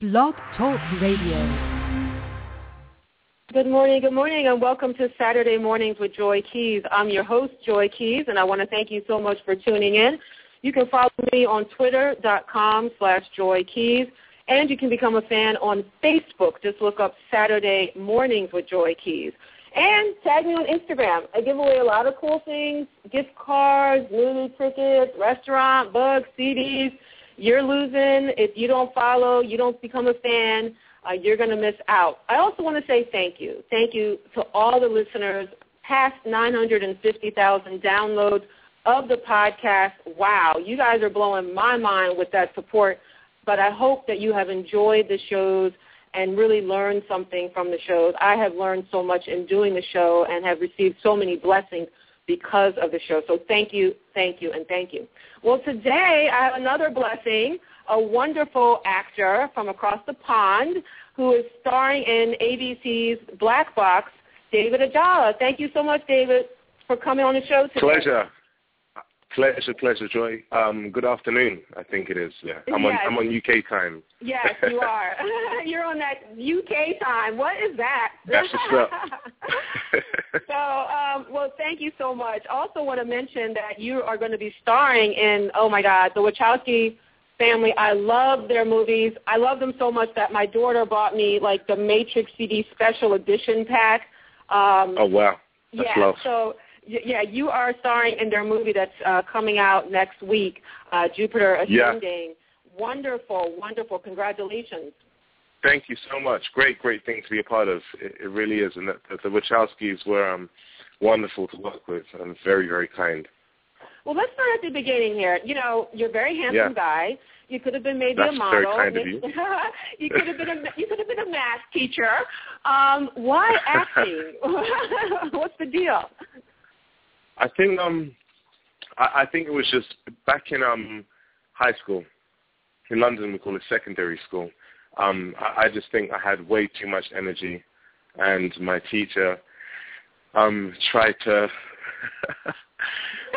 Blog Talk Radio. Good morning, good morning, and welcome to Saturday Mornings with Joy Keys. I'm your host, Joy Keys, and I want to thank you so much for tuning in. You can follow me on twitter.com slash Joy Keys, and you can become a fan on Facebook. Just look up Saturday Mornings with Joy Keys. And tag me on Instagram. I give away a lot of cool things, gift cards, movie tickets, restaurant, books, CDs you're losing. If you don't follow, you don't become a fan, uh, you're going to miss out. I also want to say thank you. Thank you to all the listeners, past 950,000 downloads of the podcast. Wow, you guys are blowing my mind with that support. But I hope that you have enjoyed the shows and really learned something from the shows. I have learned so much in doing the show and have received so many blessings because of the show. So thank you, thank you, and thank you. Well, today I have another blessing, a wonderful actor from across the pond who is starring in ABC's Black Box, David Ajala. Thank you so much, David, for coming on the show today. Pleasure. Pleasure, pleasure, Joy. Um, good afternoon, I think it is. Yeah, I'm on. Yes. I'm on UK time. Yes, you are. You're on that UK time. What is that? That's what's up. so, um, well, thank you so much. Also, want to mention that you are going to be starring in. Oh my God, the Wachowski family. I love their movies. I love them so much that my daughter bought me like the Matrix CD special edition pack. Um, oh wow, that's yeah, love. so y- yeah, you are starring in their movie that's uh, coming out next week, uh, Jupiter Yeah. Ascending. Wonderful, wonderful. Congratulations. Thank you so much. Great, great thing to be a part of. It, it really is, and the, the Wachowskis were um, wonderful to work with and very, very kind. Well, let's start at the beginning here. You know, you're a very handsome Yeah. guy. You could have been maybe a That's very model. kind of you. You could have been a you could have been a math teacher. Um, why acting? What's the deal? I think um, I, I think it was just back in um, high school. In London, we call it secondary school. Um, I, I just think I had way too much energy, and my teacher um, tried to.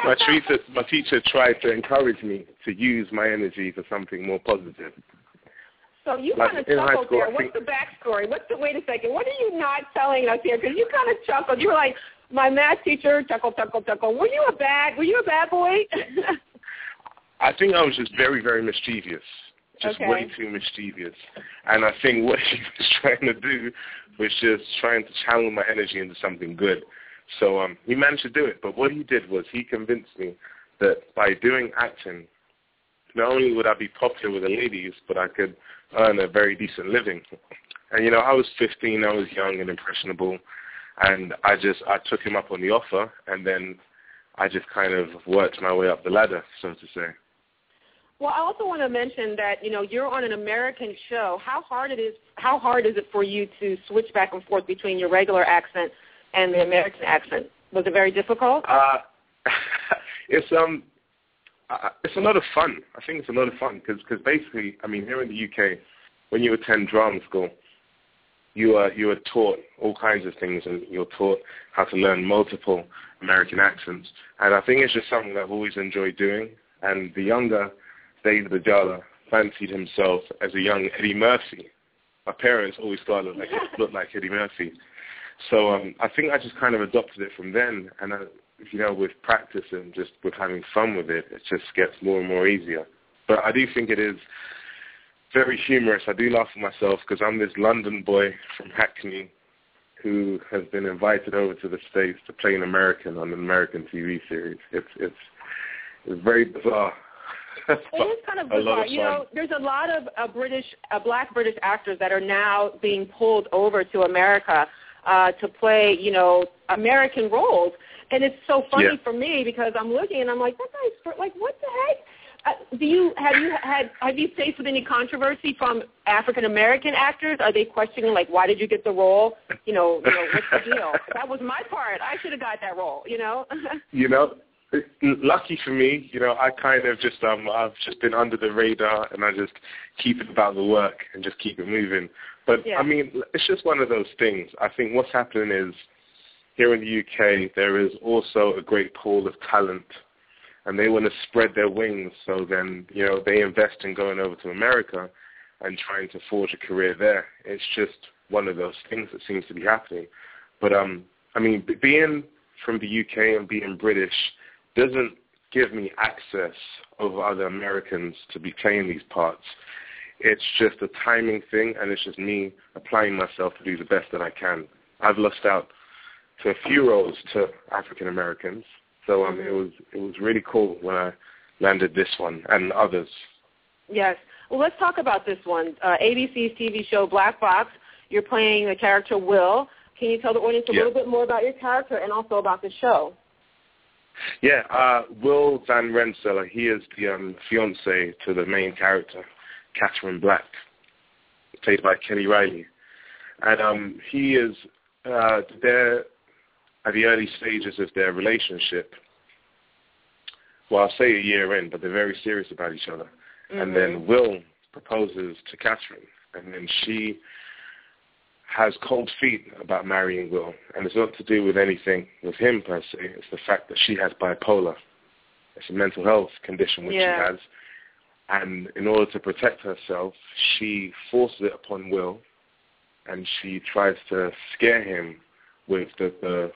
my teacher, my teacher tried to encourage me to use my energy for something more positive. So you Like, kind of in high chuckled school, there. I What's think- the backstory? What's the wait a second? What are you not telling us here? Because you kind of chuckled. You were like, my math teacher, chuckle, chuckle, chuckle. Were you a bad? Were you a bad boy? I think I was just very, very mischievous. Just Okay. way too mischievous. And I think what he was trying to do was just trying to channel my energy into something good. So um, he managed to do it. But what he did was he convinced me that by doing acting, not only would I be popular with the ladies, but I could earn a very decent living. And, you know, I was 15. I was young and impressionable. And I just, I took him up on the offer. And then I just kind of worked my way up the ladder, so to say. Well, I also want to mention that you know you're on an American show. How hard it is? How hard is it for you to switch back and forth between your regular accent and the American accent? Was it very difficult? Uh, it's um, uh, it's a lot of fun. I think it's a lot of fun because basically, I mean, here in the UK, when you attend drama school, you are you are taught all kinds of things, and you're taught how to learn multiple American accents. And I think it's just something that I've always enjoyed doing. And the younger David Ajala fancied himself as a young Eddie Murphy. My parents always thought I looked like, looked like Eddie Murphy. So um, I think I just kind of adopted it from then, and I, you know, with practice and just with having fun with it, it just gets more and more easier. But I do think it is very humorous. I do laugh at myself because I'm this London boy from Hackney who has been invited over to the States to play an American on an American TV series. It's it's it's very bizarre. It is kind of A lot bizarre. of you know, fun. there's a lot of uh, British, uh, black British actors that are now being pulled over to America uh, to play, you know, American roles. And it's so funny Yeah. for me because I'm looking and I'm like, that guy's fr- like, what the heck? Uh, do you have you had have you faced with any controversy from African American actors? Are they questioning like, why did you get the role? You know, you know what's the deal? That was my part. I should have got that role. You know. you know, it- lucky for me, you know, I kind of just um I've just been under the radar and I just keep it about the work and just keep it moving. But Yeah. I mean, it's just one of those things. I think what's happening is here in the UK there is also a great pool of talent and they want to spread their wings so then, you know, they invest in going over to America and trying to forge a career there. It's just one of those things that seems to be happening. But um, I mean, being from the UK and being British doesn't give me access over other Americans to be playing these parts. It's just a timing thing, and it's just me applying myself to do the best that I can. I've lost out to a few roles to African Americans, so um, it was it was really cool when I landed this one and others. Yes. Well, let's talk about this one. Uh, ABC's TV show Black Box. You're playing the character Will. Can you tell the audience a Yeah. little bit more about your character and also about the show? Yeah, uh, Will Van Rensselaer. He is the um, fiance to the main character, Catherine Black, played by Kelly Riley, and um, he is uh, there at the early stages of their relationship. Well, I'll say a year in, but they're very serious about each other. Mm-hmm. And then Will proposes to Catherine, and then she has cold feet about marrying Will, and it's not to do with anything with him per se. It's the fact that she has bipolar. It's a mental health condition which Yeah. she has, and in order to protect herself, she forces it upon Will, and she tries to scare him with the, the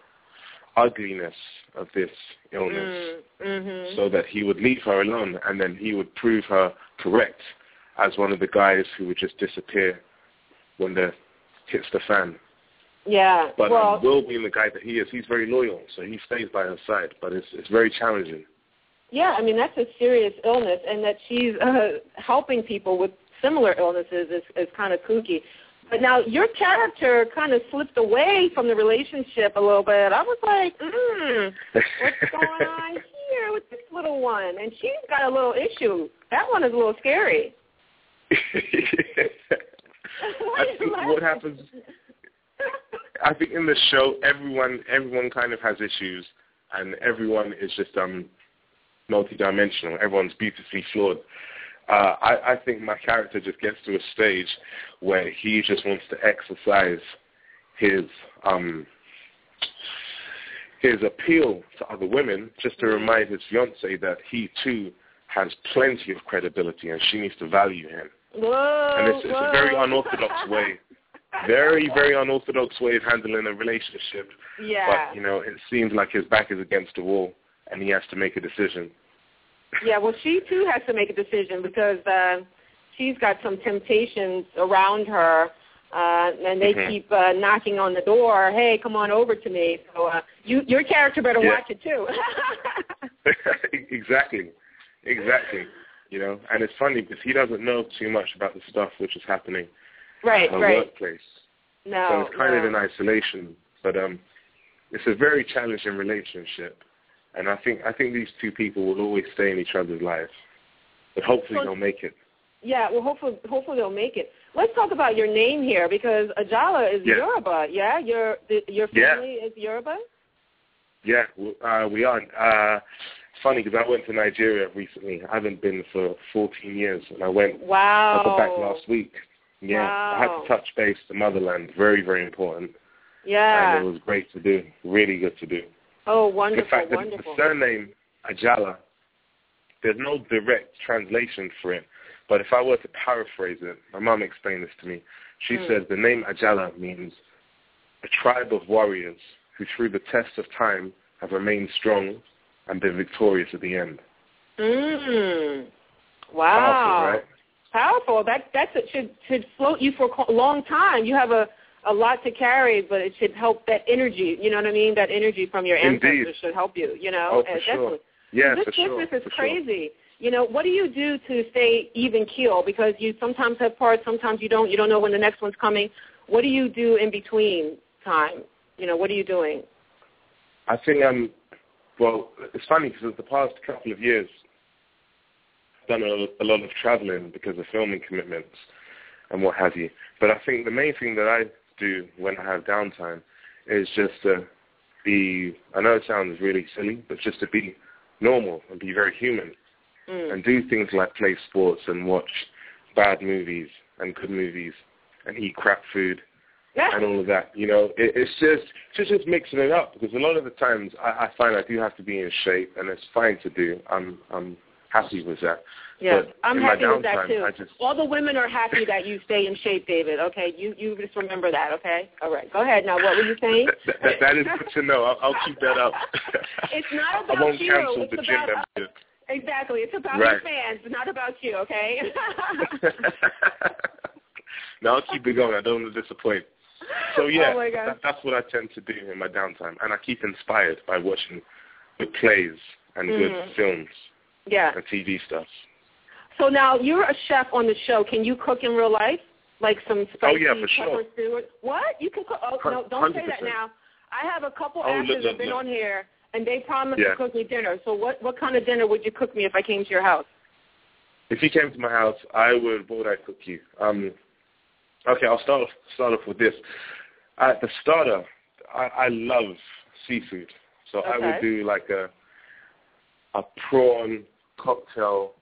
ugliness of this illness Mm-hmm. so that he would leave her alone and then he would prove her correct as one of the guys who would just disappear when the hits the fan. Yeah. But well, um, Will being the guy that he is, he's very loyal, so he stays by her side. But it's it's very challenging. yeah. I mean, that's a serious illness, and that she's uh, helping people with similar illnesses is, is kind of kooky. But now your character kind of slipped away from the relationship a little bit. I was like, mm, what's going on here with this little one? And she's got a little issue. That one is a little scary. I think what happens I think in the show, everyone everyone kind of has issues, and everyone is just um multidimensional. Everyone's beautifully flawed. Uh, I, I think my character just gets to a stage where he just wants to exercise his um his appeal to other women, just to remind his fiance that he too has plenty of credibility and she needs to value him. Whoa. And it's, it's whoa. a very unorthodox way, very very unorthodox way of handling a relationship. Yeah. But you know, it seems like his back is against the wall, and he has to make a decision. Yeah, well, she too has to make a decision because uh, she's got some temptations around her, uh, and they Mhm. keep uh, knocking on the door. Hey, come on over to me. So uh, you, your character better Yeah. watch it too. exactly, exactly. You know, and it's funny because he doesn't know too much about the stuff which is happening right, at her right. workplace, No, so it's kind no. of in isolation. But um, it's a very challenging relationship, and I think I think these two people will always stay in each other's lives, but hopefully So- they'll make it. Yeah, well, hopefully, hopefully they'll make it. Let's talk about your name here because Ajala is Yeah. Yoruba. Yeah, your the, your Yeah. family is Yoruba. Yeah, w- uh, we are. Uh, funny because I went to Nigeria recently. I haven't been for 14 years, and I went Wow. I got back last week. Yeah, I had Oh. Wow. to touch base the motherland. Very, very important. Yeah. And it was great to do. Really good to do. oh, The wonderful, fact that wonderful. the surname Ajala, there's no direct translation for it. But if I were to paraphrase it, my mom explained this to me. She Hmm. says the name Ajala means a tribe of warriors who, through the test of time, have remained strong and been victorious at the end. Mm. Powerful, Wow. right? Powerful. That that should should float you for a co- long time. You have a a lot to carry, but it should help that energy. You know what I mean? That energy from your Indeed. ancestors should help you. You know, Oh, for Uh, sure. definitely. Yeah, this for sure. business for is sure. crazy. You know, what do you do to stay even keel? Because you sometimes have parts, sometimes you don't. You don't know when the next one's coming. What do you do in between time? You know, what are you doing? I think um, well, it's funny because the past couple of years, I've done a, a lot of traveling because of filming commitments and what have you. But I think the main thing that I do when I have downtime is just to be. I know it sounds really silly, but just to be normal and be very human Mm. and do things like play sports and watch bad movies and good movies and eat crap food and all of that. You know, it, it's just just just mixing it up because a lot of the times I, I find I do have to be in shape, and it's fine to do. I'm I'm happy with that. Yeah, But I'm in my happy with that downtime, too. I just- All the women are happy that you stay in shape, David. Okay, you you just remember that. Okay, all right. Go ahead. Now, what were you saying? That, that, that- that is good to know. I'll, I'll keep that up. It's not I won't about you. cancel It's the gym about us. membership. Exactly. It's about your Right. fans, not about you. Okay. no, I'll keep it going. I don't want to disappoint. So yeah, Oh my God. that, that's what I tend to do in my downtime, and I keep inspired by watching good plays and Mhm. good films yeah. and TV stuff. So now you're a chef on the show. Can you cook in real life? Like some Oh, spicy yeah, for sure. pepper stew? What? You can cook? Oh Hun- no! Don't say that 100%. now. I have a couple Oh, actors look, that've look, been look. on here, and they promised Yeah. to cook me dinner. So what? What kind of dinner would you cook me if I came to your house? If you came to my house, I would. What would I cook you? Um, okay, I'll start off, start off with this. Uh, the starter, I, I love seafood, so I Okay. would do like a a prawn cocktail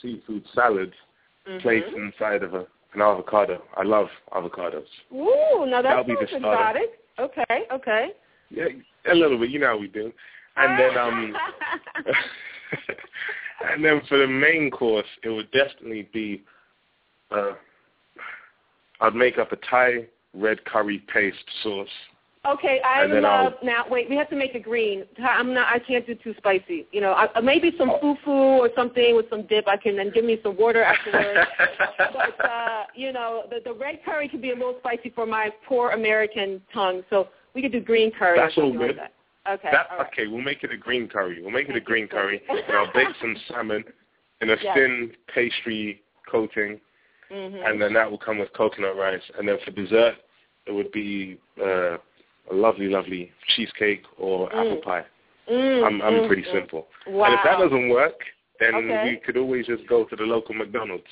seafood salad Mm-hmm. placed inside of a, an avocado. I love avocados. Ooh, now that That'll be the sounds starter. exotic. Okay, okay. Yeah, a little bit. You know how we do. And then um, and then for the main course, it would definitely be uh, I'd make up a Thai red curry paste sauce. Okay, I And then I'll- love now. Wait, we have to make it green. I'm not. I can't do too spicy. You know, I, uh, maybe some Oh. fufu or something with some dip. I can then give me some water afterwards. but uh, you know, the, the red curry could be a little spicy for my poor American tongue. So we could do green curry. That's or all something like good. that. Okay. that all right. okay, we'll make it a green curry. We'll make it a Thank you green so curry, much. and I'll bake some salmon in a Yeah. thin pastry coating, Mhm. and then that will come with coconut rice. And then for dessert, it would be uh, a lovely, lovely cheesecake or apple pie. Mm, I'm I'm mm, pretty mm. simple. Wow. And if that doesn't work, then Okay. we could always just go to the local McDonald's.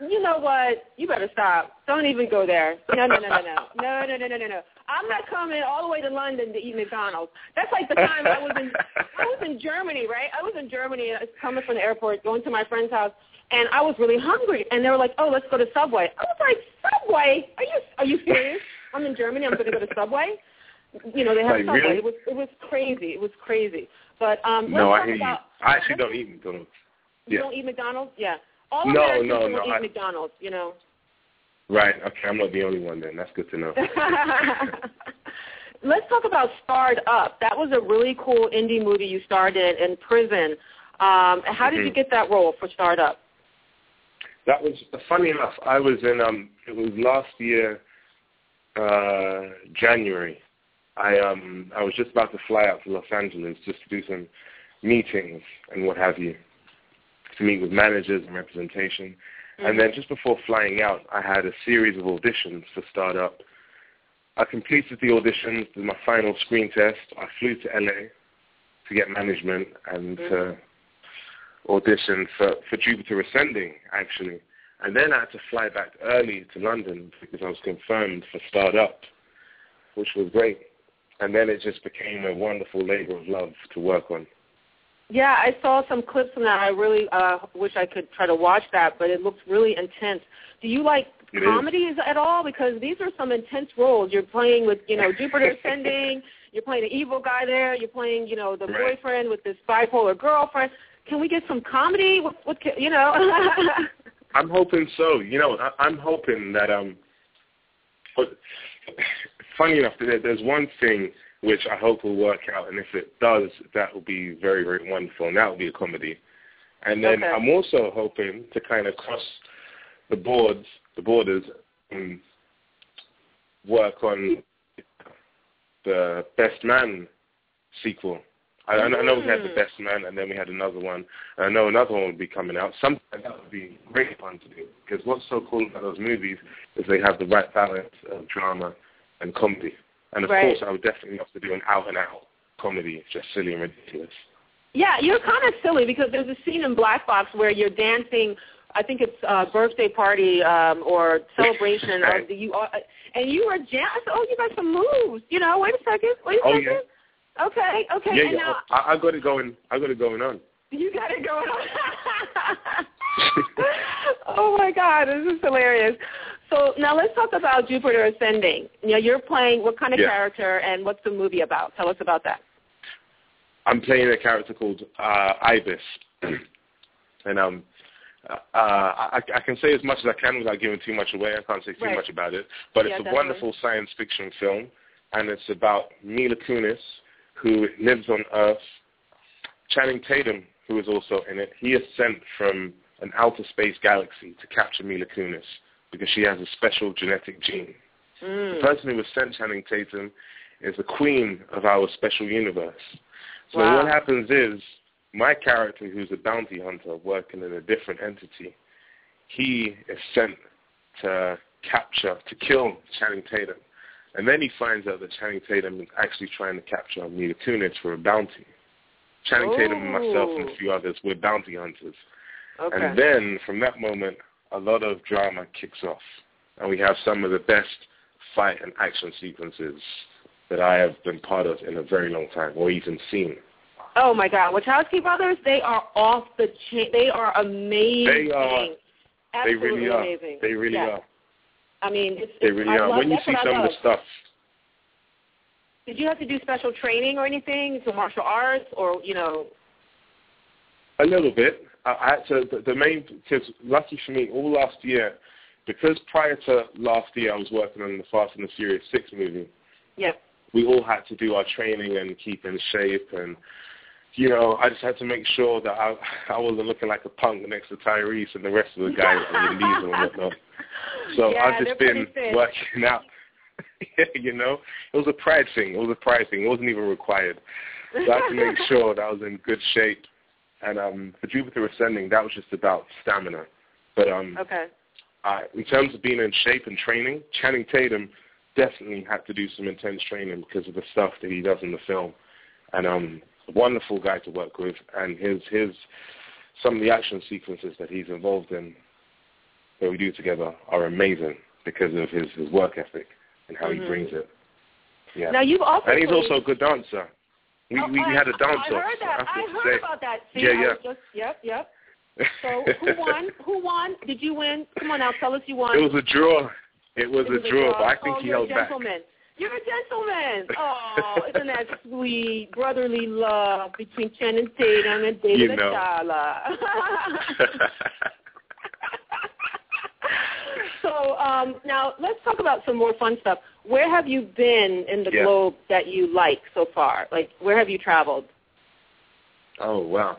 You know what? You better stop. Don't even go there. No, no, no, no, no. No, no, no, no, no, no. I'm not coming all the way to London to eat McDonald's. That's like the time I was in I was in Germany, right? I was in Germany and I was coming from the airport, going to my friend's house and I was really hungry and they were like, Oh, let's go to Subway. I was like, Subway? Are you are you serious? I'm in Germany, I'm gonna go to Subway? You know, they have Like, Subway. really? It was it was crazy. It was crazy. But um no, let's I hear talk about you. I actually don't eat McDonald's. you Yeah. don't eat McDonald's? Yeah. All No, Americans no, don't no, eat I- McDonald's, you know. Right. Okay, I'm not the only one then. That's good to know. Let's talk about Starred Up. That was a really cool indie movie you starred in in prison. Um, how did you Mhm. get that role for Starred Up? That was uh, funny enough. I was in um it was last year uh January. I um I was just about to fly out to Los Angeles just to do some meetings and what have you to meet with managers and representation. And then just before flying out, I had a series of auditions for Startup. I completed the auditions, did my final screen test. I flew to LA to get management and to audition for, for Jupiter Ascending, actually. And then I had to fly back early to London because I was confirmed for Startup, which was great. And then it just became a wonderful labor of love to work on. Yeah, I saw some clips from that. I really uh, wish I could try to watch that, but it looks really intense. Do you like It is. comedies at all? Because these are some intense roles. You're playing with, you know, Jupiter Ascending. You're playing the evil guy there. You're playing, you know, the Right. boyfriend with this bipolar girlfriend. Can we get some comedy? What, what ca- you know? I'm hoping so. You know, I, I'm hoping that. Um, but funny enough, there, there's one thing which I hope will work out, and if it does, that will be very, very wonderful, and that will be a comedy. And then Okay. I'm also hoping to kind of cross the boards, the borders, um, and work on the Best Man sequel. I, I know- I know we had the Mm. Best Man, and then we had another one. And I know another one would be coming out. Something that would be great fun to do. Because what's so cool about those movies is they have the right balance of drama and comedy. And of Right. course, I would definitely love to do an out-and-out comedy, just silly and ridiculous. Yeah, you're kind of silly because there's a scene in Black Box where you're dancing. I think it's uh, birthday party um, or celebration of Right. the you are, and you were jam. I said, oh, you got some moves. You know, wait a second, wait a Oh, second. Okay, okay, yeah, and yeah. now I, I got it going. I got it going on. you got it going on. oh my God, this is hilarious. So now let's talk about Jupiter Ascending. You know, you're playing what kind of Yeah. character and what's the movie about? Tell us about that. I'm playing a character called uh, Ibis. and um, uh, I, I can say as much as I can without giving too much away. I can't say too Right. much about it, but Yeah, it's a definitely. wonderful science fiction film, and it's about Mila Kunis, who lives on Earth. Channing Tatum, who is also in it, he is sent from an outer space galaxy to capture Mila Kunis because she has a special genetic gene. The Mm. person who was sent Channing Tatum is the queen of our special universe. So Wow. what happens is my character, who's a bounty hunter working in a different entity, he is sent to capture, to kill Channing Tatum. And then he finds out that Channing Tatum is actually trying to capture Mila Kunis for a bounty. Channing Tatum and myself and Ooh. a few others, we're bounty hunters. Okay. And then from that moment, a lot of drama kicks off, and we have some of the best fight and action sequences that I have been part of in a very long time, or even seen. oh my God, Wachowski brothers, they are off the chain. They are amazing. They are. Absolutely they really are. amazing. They really Yeah. are. I mean, it's, They it's- really I are. Love, When you that's see what I some of love. the stuff, Did you have to do special training or anything to martial arts or, you know? a little bit. I, I had to, the, the main, because lucky for me, all last year, because prior to last year I was working on the Fast and the Furious 6 movie, Yeah. we all had to do our training and keep in shape and you know, I just had to make sure that I I wasn't looking like a punk next to Tyrese and the rest of the guys on the league and whatnot. So yeah, I've they're just pretty been fit. working out. you know, it was a pride thing. It was a pride thing. It wasn't even required. So I had to make sure that I was in good shape. And um, for Jupiter Ascending, that was just about stamina. But um, Okay. uh, in terms of being in shape and training, Channing Tatum definitely had to do some intense training because of the stuff that he does in the film. And um, wonderful guy to work with, and his his some of the action sequences that he's involved in that we do together are amazing because of his his work ethic and how Mhm. he brings it. Yeah, Now, you've also and he's played- also a good dancer. We Oh, we I- had a dance I off. heard that. I heard about that. See, Yeah, I yeah. was just, yep, yep. So who won? Who won? Did you win? Come on now, tell us you won. It was a draw. It was, It was a draw, but I oh, think he you're held a back. gentleman. You're a gentleman. Oh, isn't that sweet brotherly love between Chen and Tatum and David You and know. Shala? so um, now let's talk about some more fun stuff. Where have you been in the Yeah. globe that you like so far? Like where have you traveled? oh wow!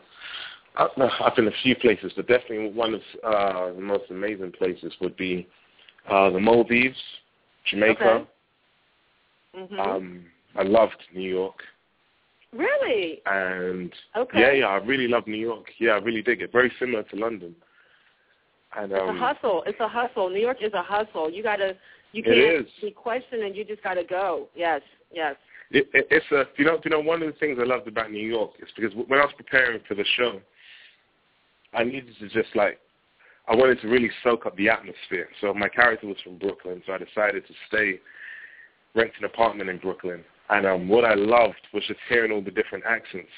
I, no, I've been a few places, but definitely one of uh, the most amazing places would be uh, the Maldives, Jamaica. Okay. hmm Um, I loved New York, really? and Okay. yeah, yeah, I really love New York. Yeah, I really dig it. Very similar to London. And It's a um, hustle. It's a hustle. New York is a hustle. You gotta. You It can't is. be questioned, and you just gotta go. Yes. Yes. it, it, it's a you know you know one of the things I loved about New York is because when I was preparing for the show, I needed to just like I wanted to really soak up the atmosphere. So my character was from Brooklyn, so I decided to stay rent an apartment in Brooklyn. And um, what I loved was just hearing all the different accents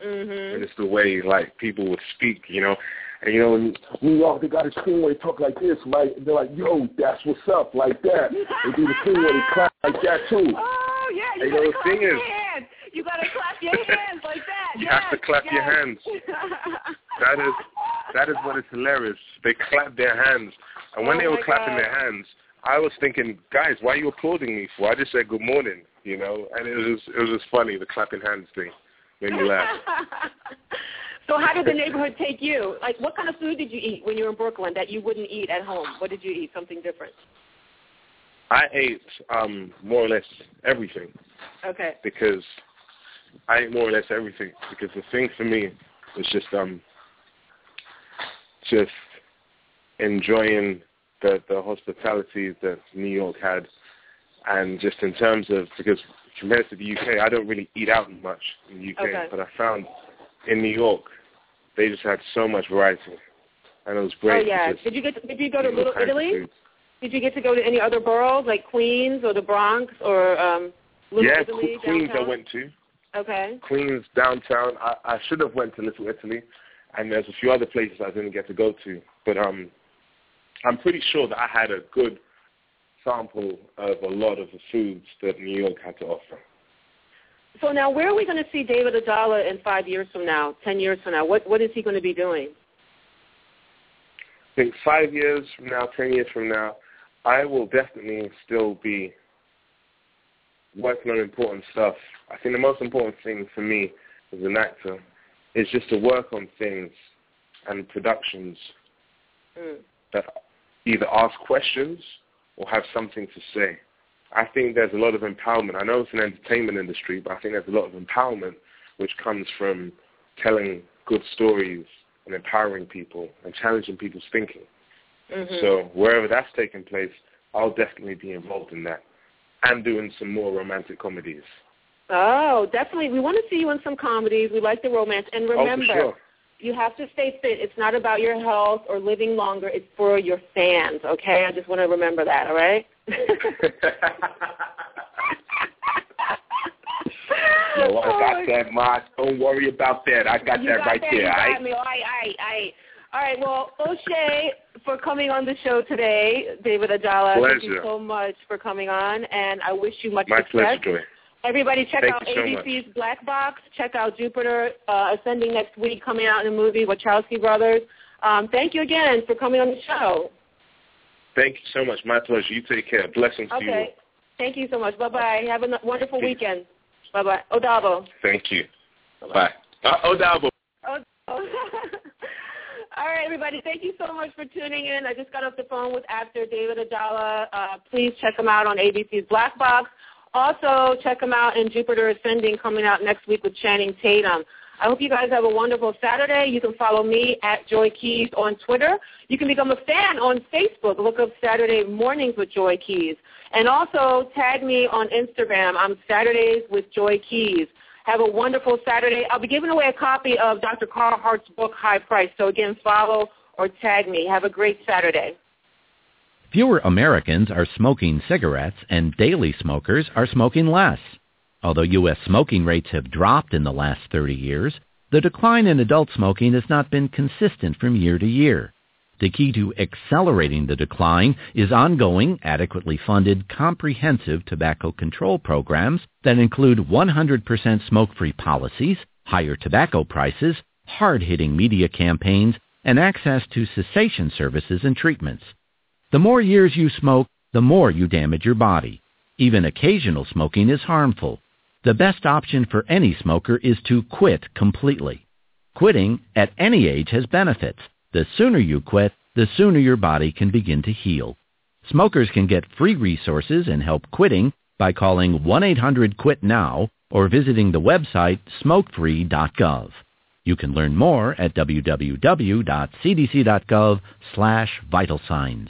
and Mhm. just the way like people would speak, you know. And you know, in New York they got this thing where they talk like this, like they're like, "Yo, that's what's up," like that. They do the thing where they clap like that too. Oh yeah, you And gotta the clap thing your is- hands. You gotta clap your hands like that. You have to Yes, clap your yes. hands. That is that is what is hilarious. They clap their hands, and when Oh they were my clapping God. their hands, I was thinking, guys, why are you applauding me for? I just said good morning, you know. And it was just, it was just funny the clapping hands thing made me laugh. so how did the neighborhood take you? Like, what kind of food did you eat when you were in Brooklyn that you wouldn't eat at home? What did you eat? Something different. I ate um, more or less everything Okay. because I ate more or less everything because the thing for me was just um just enjoying the the hospitality that New York had and just in terms of because compared to the UK I don't really eat out much in the UK Okay. but I found in New York they just had so much variety and it was Oh great. to yeah. just Did you get? To, did you go eat to all Little kinds of Italy? food. Did you get to go to any other boroughs like Queens or the Bronx or um, Little Yeah, Italy Que- Queens I downtown? went to. Okay. Queens, downtown. I, I should have went to Little Italy, and there's a few other places I didn't get to go to. But um, I'm pretty sure that I had a good sample of a lot of the foods that New York had to offer. So now, where are we going to see David Adala in five years from now, ten years from now? What What is he going to be doing? think five years from now, ten years from now, I will definitely still be working on important stuff. I think the most important thing for me as an actor is just to work on things and productions Mm. that either ask questions or have something to say. I think there's a lot of empowerment. I know it's an entertainment industry, but I think there's a lot of empowerment which comes from telling good stories and empowering people and challenging people's thinking. Mhm. So wherever that's taking place, I'll definitely be involved in that and doing some more romantic comedies. Oh, definitely. We want to see you in some comedies. We like the romance. And remember, oh, for sure. you have to stay fit. It's not about your health or living longer. It's for your fans, okay? I just want to remember that, all right? Yo, I Oh, got that, Ma. Don't worry about that. I got you that got right that? there. You got aight? me. All right, all right, all right. All right, well, O'Shea, for coming on the show today, David Ajala, thank you Pleasure. so much for coming on, and I wish you much My success. pleasure, Joy. Everybody check Thank out you so ABC's Black Box. Check out Jupiter uh, Ascending next week, coming out in the movie Wachowski Brothers. Um, thank you again for coming on the show. Thank you so much. My pleasure. You take care. Blessings to you. Okay. Thank you so much. Bye-bye. Have a n- wonderful Peace. weekend. Bye-bye. Odabo. Thank you. Bye. Uh, Odabo. Oh, All right, everybody. Thank you so much for tuning in. I just got off the phone with actor David Adala. Uh, please check him out on ABC's Black Box. Also, check him out in Jupiter Ascending coming out next week with Channing Tatum. I hope you guys have a wonderful Saturday. You can follow me at Joy Keys on Twitter. You can become a fan on Facebook. Look up Saturday Mornings with Joy Keys. And also tag me on Instagram. I'm Saturdays with Joy Keys. Have a wonderful Saturday. I'll be giving away a copy of Dr. Carl Hart's book, High Price. So again, follow or tag me. Have a great Saturday. Fewer Americans are smoking cigarettes and daily smokers are smoking less. Although U.S. smoking rates have dropped in the last 30 years, the decline in adult smoking has not been consistent from year to year. The key to accelerating the decline is ongoing, adequately funded, comprehensive tobacco control programs that include 100% smoke-free policies, higher tobacco prices, hard-hitting media campaigns, and access to cessation services and treatments. The more years you smoke, the more you damage your body. Even occasional smoking is harmful. The best option for any smoker is to quit completely. Quitting at any age has benefits. The sooner you quit, the sooner your body can begin to heal. Smokers can get free resources and help quitting by calling 1-800-QUIT-NOW or visiting the website smokefree.gov. You can learn more at www.cdc.gov slash vital signs.